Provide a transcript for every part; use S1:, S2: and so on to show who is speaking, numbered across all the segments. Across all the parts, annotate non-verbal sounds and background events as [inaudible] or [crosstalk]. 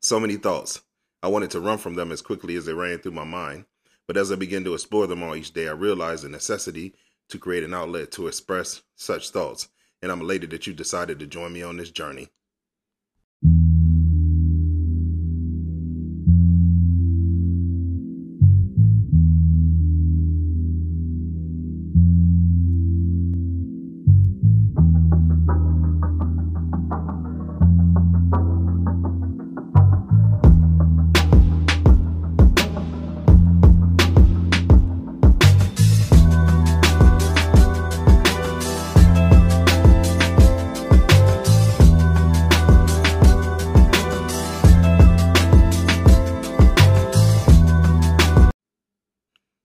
S1: So many thoughts. I wanted to run from them as quickly as they ran through my mind. But as I began to explore them all each day, I realized the necessity to create an outlet to express such thoughts. And I'm elated that you decided to join me on this journey.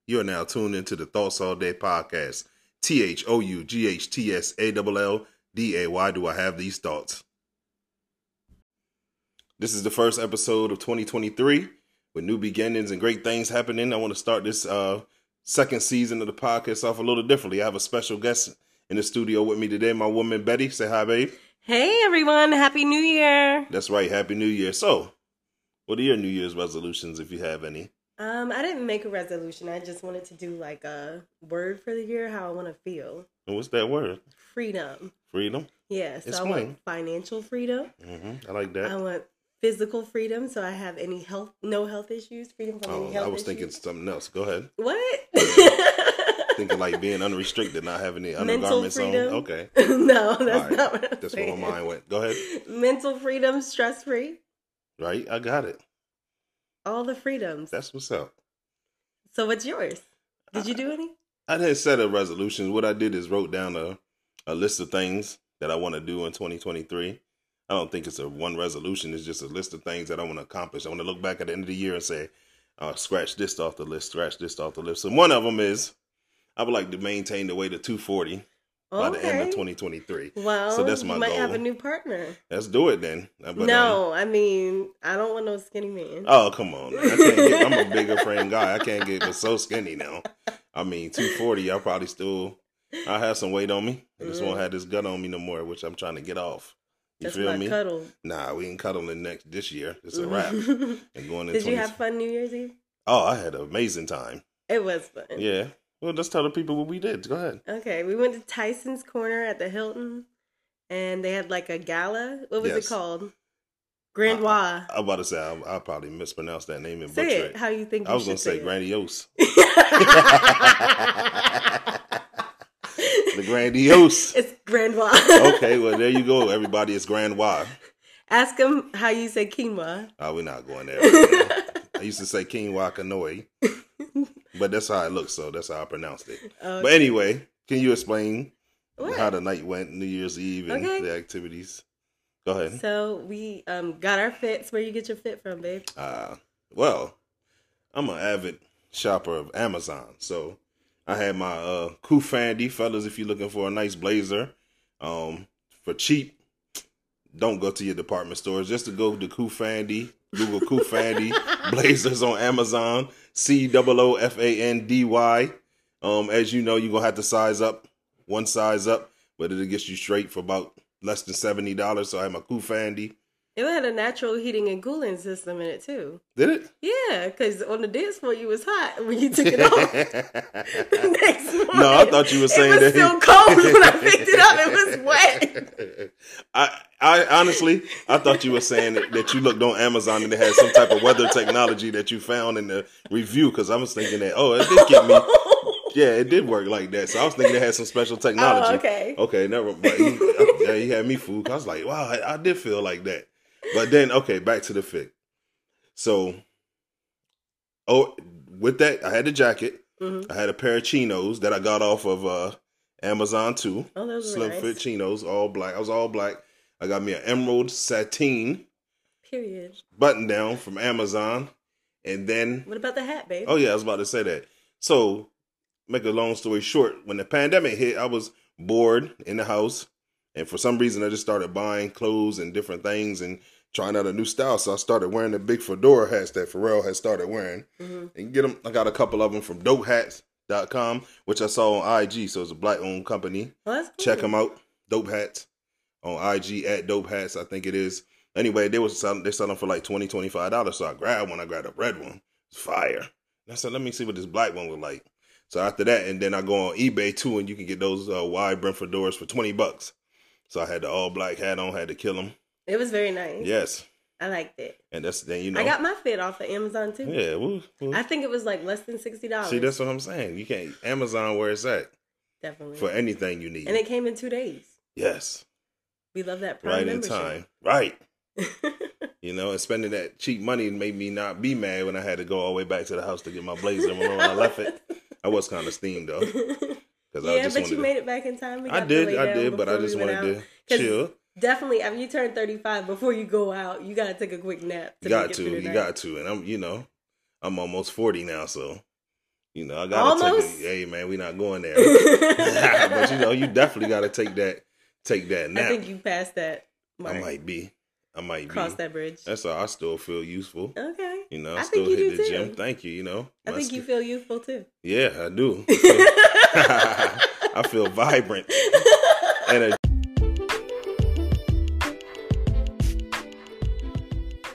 S1: You are now tuned into the Thoughts All Day podcast. T H O U G H T S A L L D A. Why do I have these thoughts? This is the first episode of 2023 with new beginnings and great things happening. I want to start this uh, second season of the podcast off a little differently. I have a special guest in the studio with me today, my woman Betty. Say hi, babe.
S2: Hey everyone, happy new year.
S1: That's right. Happy New Year. So, what are your New Year's resolutions if you have any?
S2: Um, I didn't make a resolution. I just wanted to do like a word for the year, how I want to feel.
S1: And what's that word?
S2: Freedom.
S1: Freedom.
S2: Yeah, so I
S1: Explain.
S2: want financial freedom.
S1: Mm-hmm. I like
S2: I
S1: that.
S2: want physical freedom, so I have any health, no health issues, freedom from any
S1: Oh,
S2: health
S1: I was thinking
S2: issues.
S1: something else. Go ahead. [laughs]
S2: What?
S1: thinking like being unrestricted, not having any
S2: Mental
S1: undergarments on.
S2: freedom.
S1: Okay,
S2: [laughs] no, that's
S1: All right.
S2: not what I'm
S1: that's where
S2: saying. [laughs]
S1: my mind went. Go ahead.
S2: Mental freedom, stress free,
S1: Right, I got it.
S2: all the freedoms.
S1: That's what's up.
S2: So what's yours? Did you do any?
S1: I didn't set a resolution. What I did is wrote down a, a list of things that I want to do in 2023. I don't think it's a one resolution. It's just a list of things that I want to accomplish. I want to look back at the end of the year and say, uh, scratch this off the list, scratch this off the list. And one of them is I would like to maintain the weight of 240 by the end of 2023.
S2: Well,
S1: So that's my
S2: you might have
S1: goal.
S2: a new partner.
S1: Let's do it then. Uh, but, um,
S2: no, I mean, I don't want no skinny man.
S1: Oh come on! I can't get, I'm a bigger frame guy. I can't get but so skinny now. I mean, two forty. I probably still. I have some weight on me. I just won't have this gut on me no more, which I'm trying to get off. You
S2: Mm. That's
S1: feel
S2: my
S1: me?
S2: cuddle.
S1: Nah, we ain't cuddling next this year. It's a
S2: [laughs]
S1: wrap. and going into
S2: Mm-hmm. Did you have fun New Year's Eve?
S1: oh, I had an amazing time.
S2: It was fun.
S1: Yeah. Well, let's tell the people what we did. Go ahead.
S2: Okay, we went to Tyson's Corner at the Hilton, and they had like a gala. What was
S1: Yes. Uh,
S2: it called? Grand Noir.
S1: I'm about to say I, I probably mispronounced that name and
S2: say
S1: butcher
S2: it
S1: it.
S2: how you think.
S1: I
S2: you
S1: was gonna
S2: should
S1: say
S2: it. [laughs]
S1: grandiose. [laughs] the
S2: it's
S1: grandiose.
S2: Grand Noir.
S1: Okay, well there you go, everybody. It's grand why.
S2: [laughs] Ask them how you say quinoa.
S1: Oh, we're not going there. Right now. I used to say quinoa canoe, but that's how it looks, so that's how I pronounced it.
S2: Oh,
S1: But anyway, can you explain
S2: what?
S1: how the night went, New Year's Eve, and
S2: Okay.
S1: the activities? Go ahead.
S2: So we um, got our fits. Where you get your fit from, babe?
S1: Uh, well, I'm an avid shopper of Amazon, so I had my uh Kufandi fellas. If you're looking for a nice blazer, um, for cheap, don't go to your department stores. Just to go to Kufandi, Google Kufandi blazers on Amazon. C double O F A N D Y. Um, as you know, you're gonna have to size up, one size up, but it'll get you straight for about less than seventy dollars. So I had my Kufandi.
S2: It had a natural heating and cooling system in it too.
S1: Did it?
S2: Yeah, because on the dance floor you was hot when
S1: [laughs]
S2: you took it off. [laughs] the next morning.
S1: No, I thought you were saying
S2: it
S1: that.
S2: was still cold when I picked it up.
S1: [laughs]
S2: It was wet.
S1: I, I honestly, I thought you were saying that, that you looked on Amazon and it had some type of weather technology that you found in the review because I was thinking that oh, it did
S2: [laughs]
S1: get me. [laughs] Yeah, it did work like that. So I was thinking it had some special technology.
S2: Oh, okay.
S1: Okay, never. But he, [laughs] yeah, he had me fooled. I was like, wow, I, I did feel like that. But then, okay, back to the fit. So, oh, with that, I had the jacket.
S2: Mhm.
S1: I had a pair of chinos that I got off of uh, Amazon too.
S2: Oh, those were
S1: Slim
S2: nice.
S1: fit chinos, all black. I was all black. I got me an emerald sateen
S2: Period.
S1: button down from Amazon, and then
S2: What about the hat, babe?
S1: oh yeah, I was about to say that. So, make a long story short, when the pandemic hit, I was bored in the house, and for some reason, I just started buying clothes and different things and trying out a new style. So I started wearing the big fedora hats that Pharrell had started wearing
S2: Mhm.
S1: and get them. I got a couple of them from dopehats.com, which I saw on IG. So it's a black owned company.
S2: Well, that's cool.
S1: Check them out. Dope Hats on IG at Dope Hats. I think it is. Anyway, they was selling, they selling for like 20 dollars. So I grabbed one. I grabbed a red one. It's fire. And I said, let me see what this black one was like. So after that, and then I go on eBay too, and you can get those uh, wide Brentford doors for twenty bucks. So I had the all black hat on, had to kill him.
S2: It was very nice.
S1: Yes,
S2: I liked it.
S1: and that's then you know.
S2: Mm. I got my fit off of Amazon too.
S1: yeah, woo, woo.
S2: I think it was like less than sixty dollars.
S1: see that's what I'm saying. You can't Amazon where it's at
S2: definitely.
S1: for anything you need.
S2: and it came in two days.
S1: yes,
S2: We love that Prime
S1: right in
S2: membership.
S1: time. Right,
S2: [laughs]
S1: you know, and spending that cheap money made me not be mad when I had to go all the way back to the house to get my blazer. Remember when I left it? I was kind of steamed though
S2: [laughs]
S1: because I
S2: yeah,
S1: just
S2: but
S1: wanted.
S2: you made it back in time. We
S1: I
S2: got to
S1: did,
S2: lay
S1: I
S2: down
S1: did, but I
S2: before
S1: just
S2: we went
S1: wanted
S2: out.
S1: to
S2: 'Cause
S1: chill.
S2: Definitely, after you turn thirty-five, before you go out, you gotta take a quick nap. To
S1: got
S2: make it
S1: to,
S2: through the
S1: you
S2: night. [laughs]
S1: got to, [laughs] and I'm, you know, I'm almost forty now, so you know, I gotta
S2: Almost?
S1: take. it. Hey, man, we not going
S2: [laughs]
S1: there, but you know, you definitely gotta take that, take that
S2: I
S1: nap.
S2: think you passed that. Mark.
S1: I might be, I might
S2: cross
S1: be.
S2: that bridge.
S1: That's all. I still feel useful.
S2: Okay.
S1: You know, I,
S2: I think
S1: still hit
S2: you do
S1: the
S2: too.
S1: gym. Thank you. You know,
S2: I
S1: My
S2: think
S1: skin-
S2: you feel youthful too.
S1: [laughs] Yeah, I
S2: [laughs]
S1: do. I feel vibrant and a.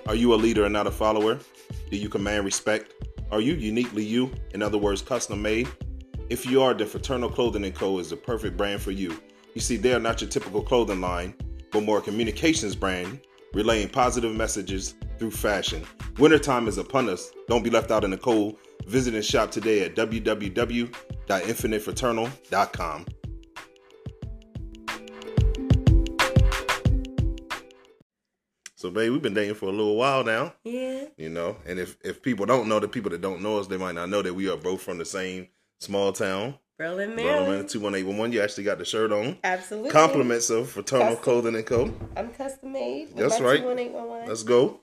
S1: Are you a leader and not a follower? Do you command respect? Are you uniquely you? In other words, custom made? If you are, then Fraternal Clothing & Co. is the perfect brand for you. You see, they are not your typical clothing line, but more a communications brand, relaying positive messages through fashion. Wintertime is upon us. Don't be left out in the cold. Visit and shop today at www.infinitefraternal.com. So, babe, we've been dating for a little while now
S2: yeah.
S1: you know and if if people don't know the people that don't know us they might not know that we are both from the same small town
S2: Berlin, Maryland.
S1: Berlin 21811 you actually got the shirt on
S2: Absolutely.
S1: compliments of fraternal
S2: Custom.
S1: clothing and co
S2: I'm custom made. with
S1: That's
S2: my
S1: right.
S2: 21811.
S1: let's go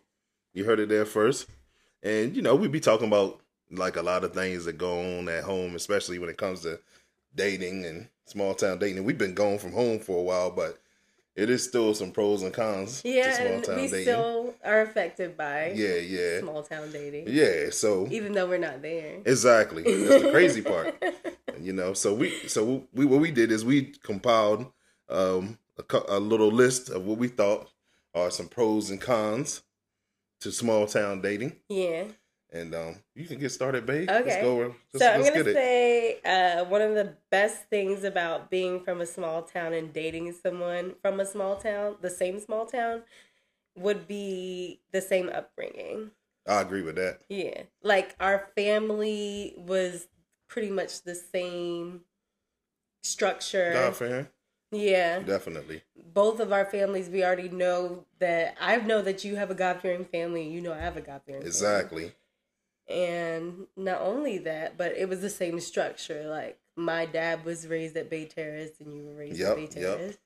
S1: you heard it there first and you know we be talking about like a lot of things that go on at home especially when it comes to dating and small town dating and we've been gone from home for a while but it is still some pros and cons to
S2: yeah,
S1: small
S2: and we
S1: town dating
S2: still are affected by
S1: yeah yeah
S2: small town dating,
S1: yeah so
S2: even though we're not there.
S1: Exactly. That's the crazy
S2: [laughs]
S1: part. You know, so we so we what we did is we compiled um a, cou- a little list of what we thought are some pros and cons to small town dating,
S2: Yeah.
S1: and um you can get started, babe. Let's
S2: Okay.
S1: go. uh, Let's,
S2: so I'm
S1: let's
S2: gonna
S1: get it.
S2: say uh, one of the best things about being from a small town and dating someone from a small town, the same small town, would be the same upbringing.
S1: I agree with that.
S2: Yeah, like our family was pretty much the same structure.
S1: Nah, fam,
S2: Yeah, [laughs]
S1: definitely.
S2: both of our families, we already know that. I know that you have a God fearing family. and You know I have a God fearing.
S1: Exactly.
S2: And not only that, but it was the same structure. Like my dad was raised at Bay Terrace, and you were raised
S1: Yup,
S2: at Bay
S1: yup.
S2: Terrace.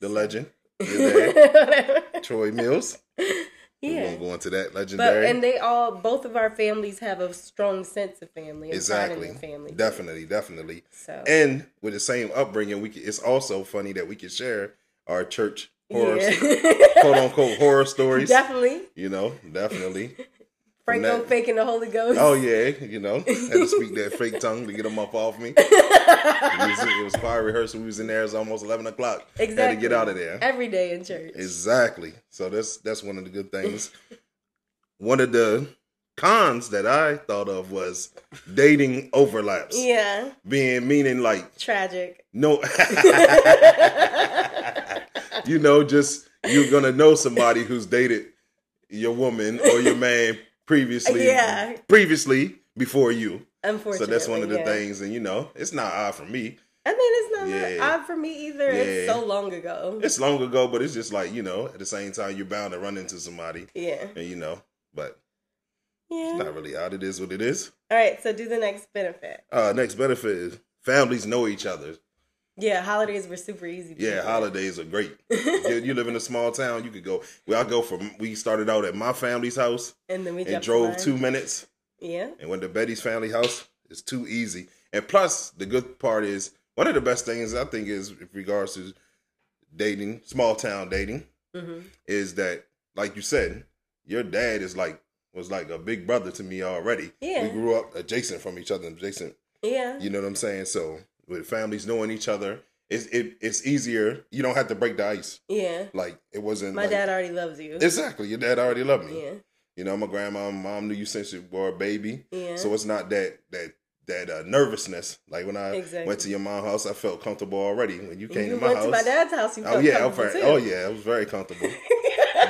S1: The legend,
S2: [laughs]
S1: your dad,
S2: Whatever.
S1: Troy Mills. We
S2: [laughs] yeah.
S1: won't go into that
S2: But
S1: legendary.
S2: and they all, both of our families have a strong sense of family. And Pride
S1: exactly.
S2: in their family.
S1: Definitely. Definitely.
S2: So
S1: and with the same upbringing, we can, it's also funny that we can share our church horror,
S2: yeah. [laughs]
S1: quote unquote horror stories.
S2: Definitely.
S1: You know, definitely.
S2: Franco
S1: that-
S2: faking the Holy Ghost. [laughs]
S1: Oh yeah, you know, had to speak that fake tongue to get them up off me. It was, it was choir rehearsal. We was in there. It was almost eleven o'clock. Had to
S2: Exactly.
S1: get out of there.
S2: Every day in church.
S1: Exactly. So that's that's one of the good things. one of the cons that I thought of was dating overlaps.
S2: yeah.
S1: Being meaning like [laughs]
S2: Tragic. [laughs]
S1: No. you know, just you're gonna know somebody who's dated your woman or your man previously.
S2: Yeah.
S1: Previously before you. So
S2: Unfortunately.
S1: that's one of the
S2: yeah.
S1: things, and you know, it's not odd for me.
S2: I mean, it's not
S1: Yeah.
S2: odd for me either. It's
S1: Yeah.
S2: so long ago.
S1: It's long ago, but it's just like you know. At the same time, you're bound to run into somebody,
S2: Yeah.
S1: and you know, but
S2: Yeah.
S1: it's not really odd. It is what it is.
S2: All right. So do the next benefit.
S1: Uh, next benefit is families know each other.
S2: Yeah. Holidays were super easy.
S1: Yeah,
S2: people.
S1: holidays are great.
S2: [laughs]
S1: you, you live in a small town, you could go. Well, I go from. We started out at my family's house
S2: And then we
S1: and
S2: jumped
S1: drove
S2: to.
S1: two
S2: mine.
S1: minutes,
S2: Yeah.
S1: and went to Betty's family house. It's too easy. And plus, the good part is one of the best things I think is in regards to dating, small town dating,
S2: hmm
S1: is that like you said, your dad is like was like a big brother to me already.
S2: Yeah.
S1: we grew up adjacent from each other, adjacent
S2: Yeah.
S1: you know what I'm saying? So with families knowing each other It's it, it's easier. You don't have to break the ice.
S2: Yeah.
S1: Like it wasn't.
S2: My
S1: like-
S2: dad already loves you.
S1: Exactly. Your dad already loved me.
S2: Yeah.
S1: You know, my grandma, and mom knew you since you were a baby,
S2: Yeah.
S1: so it's not that that that uh, nervousness. Like when I
S2: Exactly.
S1: went to your mom's house, I felt comfortable already. When you
S2: When
S1: came
S2: you
S1: to my
S2: went
S1: house,
S2: to my dad's house. You
S1: oh
S2: felt
S1: yeah, I was
S2: comfortable
S1: very,
S2: too.
S1: oh yeah, I was very
S2: [laughs]
S1: comfortable.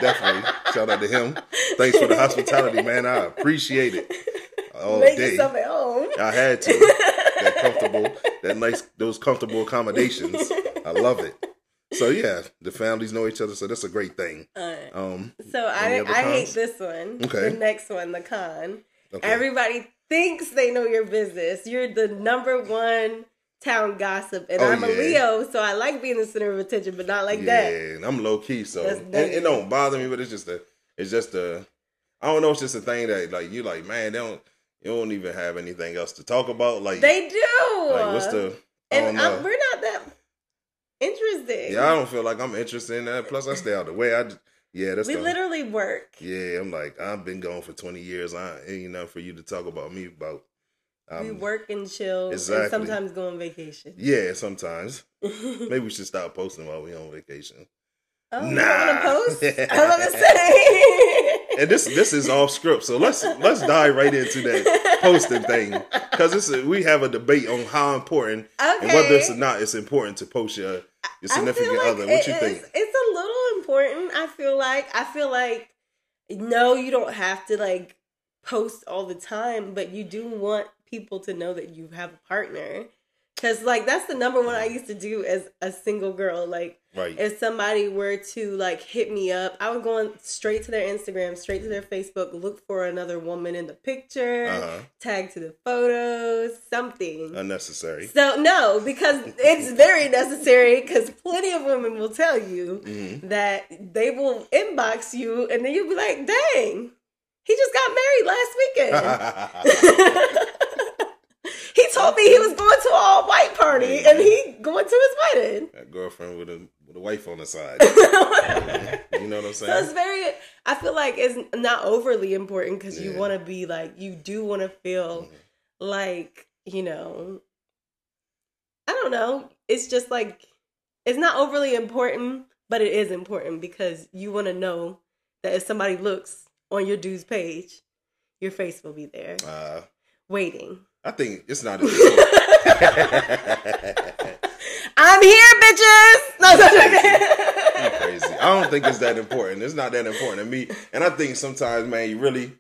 S1: Definitely. Shout out to him. Thanks for the hospitality, man. I appreciate it all
S2: Make
S1: day.
S2: yourself at home. [laughs]
S1: I had to. That comfortable, that nice, those comfortable accommodations. I love it. So yeah, the families know each other, so that's a great thing.
S2: All right.
S1: Um,
S2: So I,
S1: Any other
S2: I hate
S1: cons?
S2: this one.
S1: Okay.
S2: The next one, the con.
S1: okay.
S2: Everybody thinks they know your business. You're the number one town gossip, and
S1: Oh,
S2: I'm a
S1: yeah.
S2: Leo, so I like being the center of attention, but not like
S1: yeah,
S2: that.
S1: and I'm low key, so
S2: That's
S1: and it
S2: negative.
S1: don't bother me, but it's just a, it's just a, I don't know, it's just a thing that like you like, man, they don't, you don't even have anything else to talk about, like,
S2: They do. uh,
S1: like what's the, I don't
S2: and
S1: know.
S2: I'm, we're not that interesting.
S1: Yeah, I don't feel like I'm interested in that. Plus, I stay out the way. I j- yeah, that's
S2: we
S1: the,
S2: literally work.
S1: yeah. I'm like I've been gone for 20 years. I ain't enough for you to talk about me about. Um,
S2: we work and chill,
S1: exactly.
S2: and sometimes go on vacation.
S1: Yeah,
S2: [laughs]
S1: sometimes maybe we should stop posting while we on vacation.
S2: Oh, you
S1: Nah.
S2: want to
S1: [laughs]
S2: post? I love to say.
S1: And this this is off script, so let's let's dive right into that posting thing because it's a, we have a debate on how important
S2: okay.
S1: and whether it's or not it's important to post your your
S2: I feel
S1: significant
S2: like
S1: other. What
S2: it
S1: you think?
S2: is- It's a little important. I feel like I feel like no, you don't have to like post all the time, but you do want people to know that you have a partner. Cause like that's the number one I
S1: Mm-hmm.
S2: used to do as a single girl. Like
S1: Right.
S2: if somebody were to like hit me up, I would go on straight to their Instagram, straight to their Facebook, look for another woman in the picture,
S1: Uh-huh.
S2: tag to the photos, something. [laughs]
S1: Unnecessary.
S2: So no, because it's very necessary. Because plenty of women will tell you
S1: Mhm.
S2: that they will inbox you, and then you'll be like, "Dang, he just got married
S1: [laughs]
S2: last weekend." he told me he was going to an all-white party, and he going to his wedding.
S1: That girlfriend with a with a wife on the side.
S2: [laughs] so
S1: You know what I'm
S2: it's
S1: saying?
S2: very. I feel like it's not overly important because you
S1: Yeah. Mm-hmm.
S2: want to be like you do want to feel like you know i don't know it's just like it's not overly important but it is important because you want to know that if somebody looks on your dude's page your face will be there
S1: Uh,
S2: waiting
S1: I think it's not.
S2: [laughs]
S1: As
S2: i'm here bitches no, no,
S1: You
S2: no.
S1: crazy. I don't think it's that important. It's not that important to me. And I think sometimes, man, you really,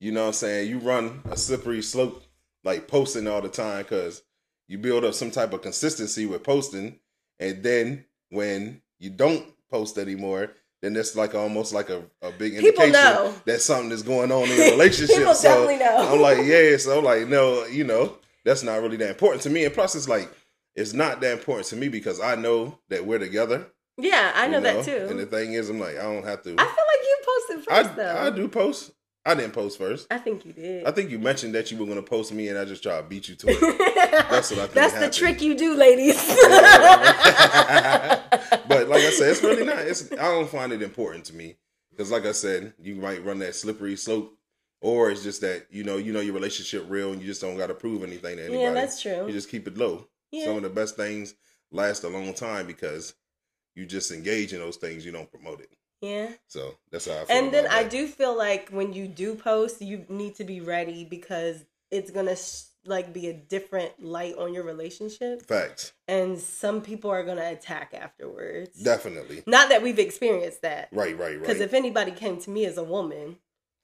S1: you know what I'm saying, you run a slippery slope like posting all the time because you build up some type of consistency with posting. And then when you don't post anymore, then it's like almost like a, a big
S2: People
S1: indication
S2: know.
S1: that something is going on
S2: [laughs]
S1: in a relationship.
S2: People
S1: so
S2: definitely know.
S1: I'm like, yeah, so I'm like, no, you know, that's not really that important to me. And plus it's like it's not that important to me because I know that we're together.
S2: [laughs] yeah i know,
S1: You
S2: that
S1: And the
S2: too
S1: thing is, I'm like, I don't have to.
S2: i feel like you posted first though
S1: I, I do post. I didn't post first.
S2: I think you did
S1: I think you mentioned that you were going to post me, and I just tried to beat you to
S2: [laughs]
S1: it.
S2: that's
S1: what I think
S2: that's the
S1: happened.
S2: trick you do
S1: [laughs]
S2: ladies [laughs]
S1: but like I said, it's really not. It's I don't find it important to me because, like I said, you might run that slippery slope, or it's just that you know you know your relationship real, and you just don't got to prove anything to anybody.
S2: yeah that's true
S1: You just keep it low.
S2: yeah.
S1: Some of the best things last a long time because you just engage in those things. You don't promote it.
S2: Yeah.
S1: So that's how I feel.
S2: And then
S1: about
S2: I
S1: that.
S2: do feel like when you do post, you need to be ready because it's going to sh- like be a different light on your relationship
S1: facts.
S2: and some people are going to attack afterwards.
S1: Definitely.
S2: Not that we've experienced that.
S1: Right, right, right. [laughs]
S2: Cuz if anybody came to me as a woman,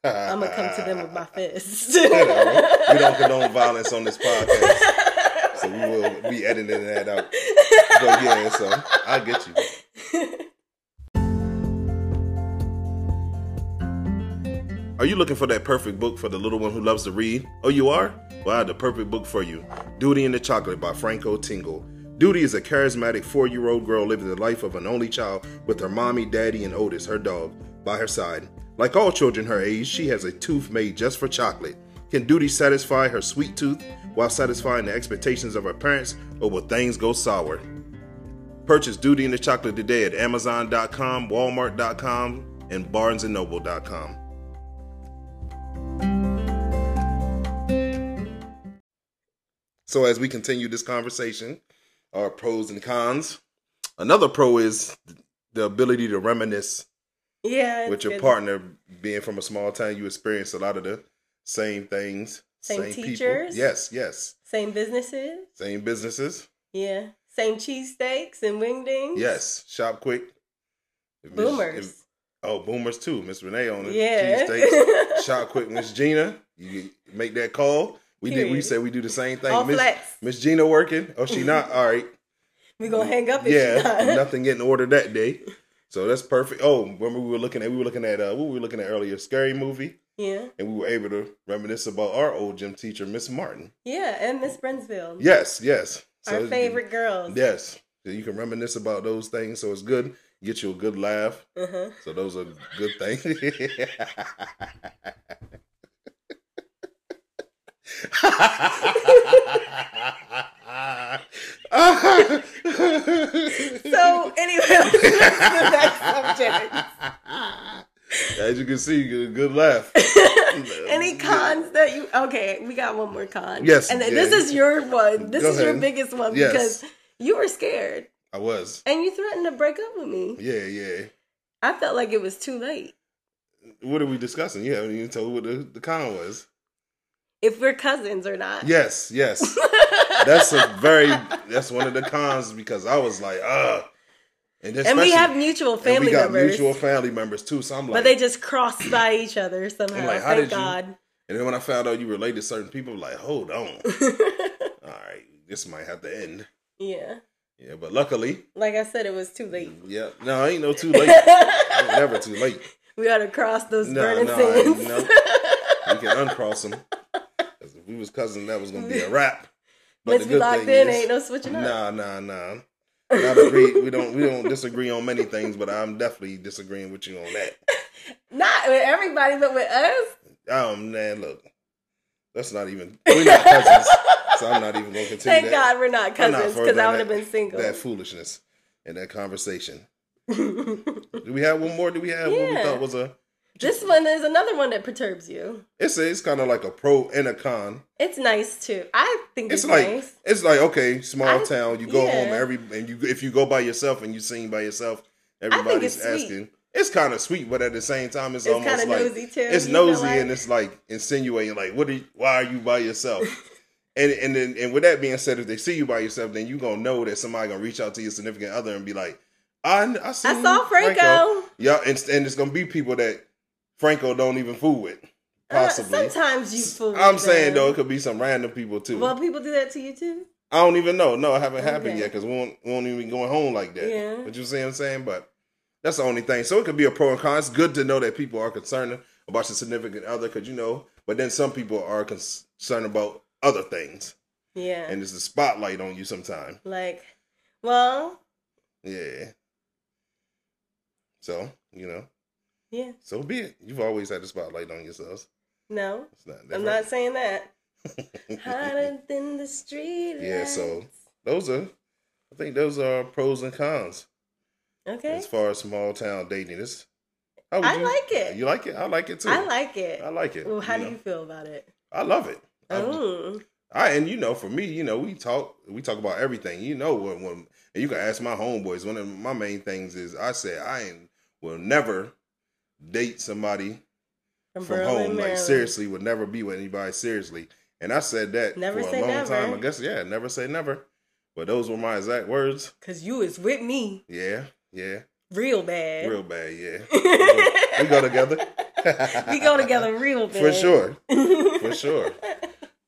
S2: I'm going to come to them
S1: [laughs]
S2: with my fist.
S1: Whatever. we don't condone violence on this podcast, so we will be editing that out. But yeah, so I get you. Are you looking for that perfect book for the little one who loves to read? Oh, you are? Well, I have the perfect book for you Duty and the Chocolate by Franco Tingle. Duty is a charismatic four year old girl living the life of an only child with her mommy, daddy, and Otis, her dog, by her side. Like all children her age, she has a tooth made just for chocolate. Can Duty satisfy her sweet tooth while satisfying the expectations of her parents, or will things go sour? Purchase Duty and the Chocolate today at Amazon.com, Walmart.com, and BarnesandNoble.com. So as we continue this conversation, are pros and cons. Another pro is the ability to reminisce
S2: [laughs] Yeah. it's
S1: with your
S2: good.
S1: partner. Being from a small town, you experience a lot of the same things,
S2: Same teachers?
S1: People. Yes, yes,
S2: Same businesses.
S1: same businesses.
S2: Yeah. Same cheesesteaks and wingdings.
S1: Yes, shop quick. If Miss-
S2: Boomers.
S1: if- oh, boomers too. Miss Renee on the
S2: yeah. [laughs]
S1: cheesesteaks. Shop quick, Miss Gina. You make that call. We did. We
S2: Period.
S1: said we do the same
S2: All
S1: thing. Miss,
S2: flats.
S1: Miss Gina working. Oh, she
S2: [laughs]
S1: not. All right.
S2: We gonna hang up. If
S1: yeah,
S2: she
S1: [laughs]
S2: not.
S1: nothing getting ordered that day. So that's perfect. Oh, remember we were looking at we were looking at uh, what were we looking at earlier? Scary movie,
S2: [laughs] Yeah.
S1: and we were able to reminisce about our old gym teacher, Miss Martin.
S2: Yeah. And Miss Brinsfield.
S1: Yes, yes.
S2: Our
S1: So-
S2: favorite girls.
S1: Yes, so you can reminisce about those things. So it's good. Get you a good laugh.
S2: Uh-huh.
S1: So those are good things.
S2: [laughs] So anyway, [laughs] let's move to
S1: [laughs]
S2: the next subject.
S1: As you can see, you get a good
S2: [laughs]
S1: laugh.
S2: Any cons that you okay? We got one more con.
S1: Yes,
S2: and then
S1: yeah.
S2: this is your one. This
S1: Go
S2: is your
S1: ahead.
S2: biggest one
S1: Yes.
S2: because you were scared
S1: I was.
S2: and you threatened to break up with me.
S1: Yeah, yeah.
S2: I felt like it was too late.
S1: What are we discussing? You haven't even told what the, the con was.
S2: If we're cousins or not.
S1: Yes,
S2: [laughs]
S1: yes. that's a very that's one of the cons because I was like, uh and,
S2: and we
S1: especially-
S2: have mutual
S1: and
S2: family
S1: we got
S2: members,
S1: mutual family members too. So I'm like,
S2: but they just crossed by each other somehow.
S1: I'm like, how
S2: Thank
S1: did you-
S2: God.
S1: and then when I found out you related to certain people, I'm like, hold
S2: [laughs]
S1: on, all right, this might have to end.
S2: yeah,
S1: Yeah, but luckily,
S2: like I said, it was too late.
S1: yeah, no, ain't no
S2: [laughs]
S1: too late. It's never too late.
S2: we ought to cross those
S1: No,
S2: burning
S1: no, I-
S2: sins.
S1: no. We can uncross them. 'Cause if we was cousins, that was gonna be a
S2: [laughs]
S1: wrap.
S2: Once we locked in, ain't no switching up.
S1: Nah, nah, nah. Not agree. We don't. We don't disagree on many things, but I'm definitely disagreeing with you on that.
S2: Not with everybody, but with us.
S1: Um, man, look, that's not even. We're not cousins, so I'm not even gonna continue
S2: Thank
S1: that,
S2: God we're not
S1: I'm not
S2: cousins
S1: for
S2: because I
S1: that-
S2: would have been single.
S1: that foolishness and that conversation. Do we have one more? Do we have what we
S2: Yeah.
S1: thought was a?
S2: [laughs] this one is another one that perturbs you.
S1: It's a, it's kind of like a pro and a con.
S2: It's nice too. I think
S1: It's
S2: it's,
S1: like
S2: nice.
S1: it's like okay, small
S2: I-
S1: town. You go
S2: yeah.
S1: home every and you if you go by yourself and you sing by yourself, everybody's
S2: it's sweet.
S1: asking. It's kind of sweet, but at the same time, it's,
S2: It's
S1: almost
S2: kinda
S1: like
S2: nosy, too.
S1: It's
S2: You feel
S1: nosy
S2: like-
S1: and it's like insinuating, like, what? Are you, why are you by
S2: [laughs]
S1: yourself? and and then and with that being said, if they see you by yourself, then you gonna know that somebody gonna reach out to your significant other and be like, I kn- I,
S2: I
S1: seen
S2: saw Franco.
S1: Yeah, and and it's gonna be people that Franco don't even fool with.
S2: Uh,
S1: Possibly,
S2: sometimes you fool.
S1: I'm
S2: with
S1: saying
S2: them.
S1: though, it could be some random people too.
S2: Well, people do that to you too.
S1: I don't even know. No, it haven't happened
S2: Okay.
S1: yet because we won't, we won't even be going home like that.
S2: Yeah.
S1: But you see what I'm saying? But that's the only thing. So it could be a pro and con. It's good to know that people are concerned about your significant other because you know, but then some people are cons- concerned about other things
S2: Yeah.
S1: and it's a spotlight on you sometime.
S2: like, well,
S1: Yeah. So, you know,
S2: yeah.
S1: so be it. You've always had the spotlight on yourselves.
S2: No,
S1: It's not
S2: I'm not saying
S1: [laughs]
S2: that. Hotter than the street.
S1: Yeah, so-
S2: lights.
S1: those are, I think those are pros and cons.
S2: okay,
S1: as far as small town dating. It's, how would
S2: I like it.
S1: You like it? I like it too.
S2: I like it.
S1: I like it.
S2: well, how
S1: you
S2: do
S1: know.
S2: you feel about it?
S1: I love it. I-
S2: Oh,
S1: I and you know, for me, you know, we talk we talk about everything. You know, when, when and you can ask my homeboys. One of my main things is I say I ain't, will never date somebody
S2: from,
S1: from
S2: Berlin,
S1: home. Like
S2: Maryland.
S1: seriously, would never be with anybody seriously. And I said that
S2: Never
S1: for a
S2: say
S1: long
S2: never.
S1: time. I guess yeah, never say never. But those were my exact words.
S2: Cause you is with me
S1: Yeah, yeah,
S2: real bad. [laughs]
S1: real bad. Yeah, we go together.
S2: we go together real
S1: [laughs]
S2: bad. [laughs]
S1: for sure.
S2: For
S1: for sure.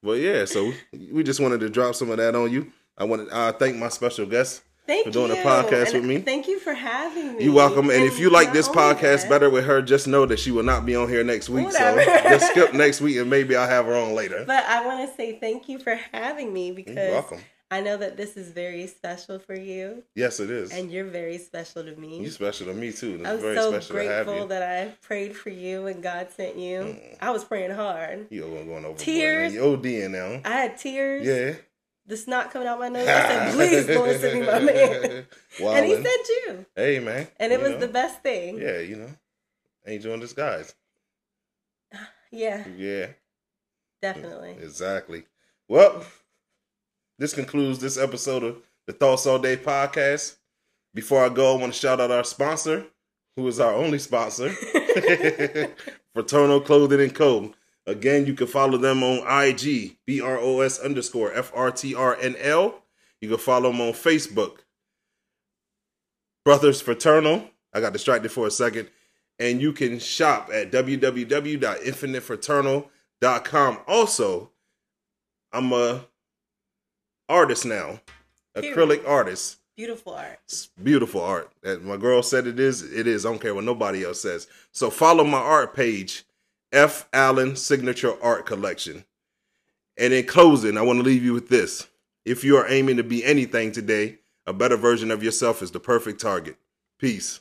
S1: But yeah, so we just wanted to drop some of that on you. I want to uh, thank my special guest.
S2: Thank
S1: For doing
S2: you.
S1: a podcast
S2: And
S1: with me.
S2: Thank you for having me.
S1: You welcome. And if you like
S2: not
S1: this
S2: only
S1: podcast
S2: that-
S1: better with her, just know that she will not be on here next week. So [laughs]
S2: Whatever.
S1: just skip next week and maybe I'll have her on later.
S2: But I want to say thank you for having me because
S1: You're welcome.
S2: I know that this is very special for you,
S1: Yes, it is.
S2: and you're very special to me.
S1: You're special to me too. It's
S2: I'm
S1: very
S2: so
S1: special to have
S2: grateful
S1: you. Mm.
S2: that I prayed for you and God sent you. I was praying hard.
S1: You're going over
S2: Tears.
S1: You're ODing now.
S2: I had tears,
S1: Yeah.
S2: the snot coming out my nose. I
S1: [laughs]
S2: said, "Please, Lord, send me my man," and He
S1: Wildin'.
S2: sent you,
S1: hey, man.
S2: and it
S1: You
S2: was
S1: know?
S2: the best thing.
S1: Yeah, you know. Angel in disguise.
S2: Yeah,
S1: Yeah.
S2: definitely.
S1: Exactly. Well, this concludes this episode of the Thoughts All Day podcast. Before I go, I want to shout out our sponsor, who is our only sponsor, [laughs] Fraternal Clothing and Co. Again, you can follow them on IG, B-R-O-S underscore F-R-T-R-N-L. You can follow them on Facebook, Brothers Fraternal. I got distracted for a second. And you can shop at www.infinitefraternal.com. Also, I'm a artist now,
S2: Period.
S1: acrylic artist.
S2: Beautiful art.
S1: It's beautiful art. That my girl said it is. It is. I don't care what nobody else says. So follow my art page, F Allen Signature Art Collection. And in closing, I want to leave you with this. If you are aiming to be anything today, a better version of yourself is the perfect target. Peace.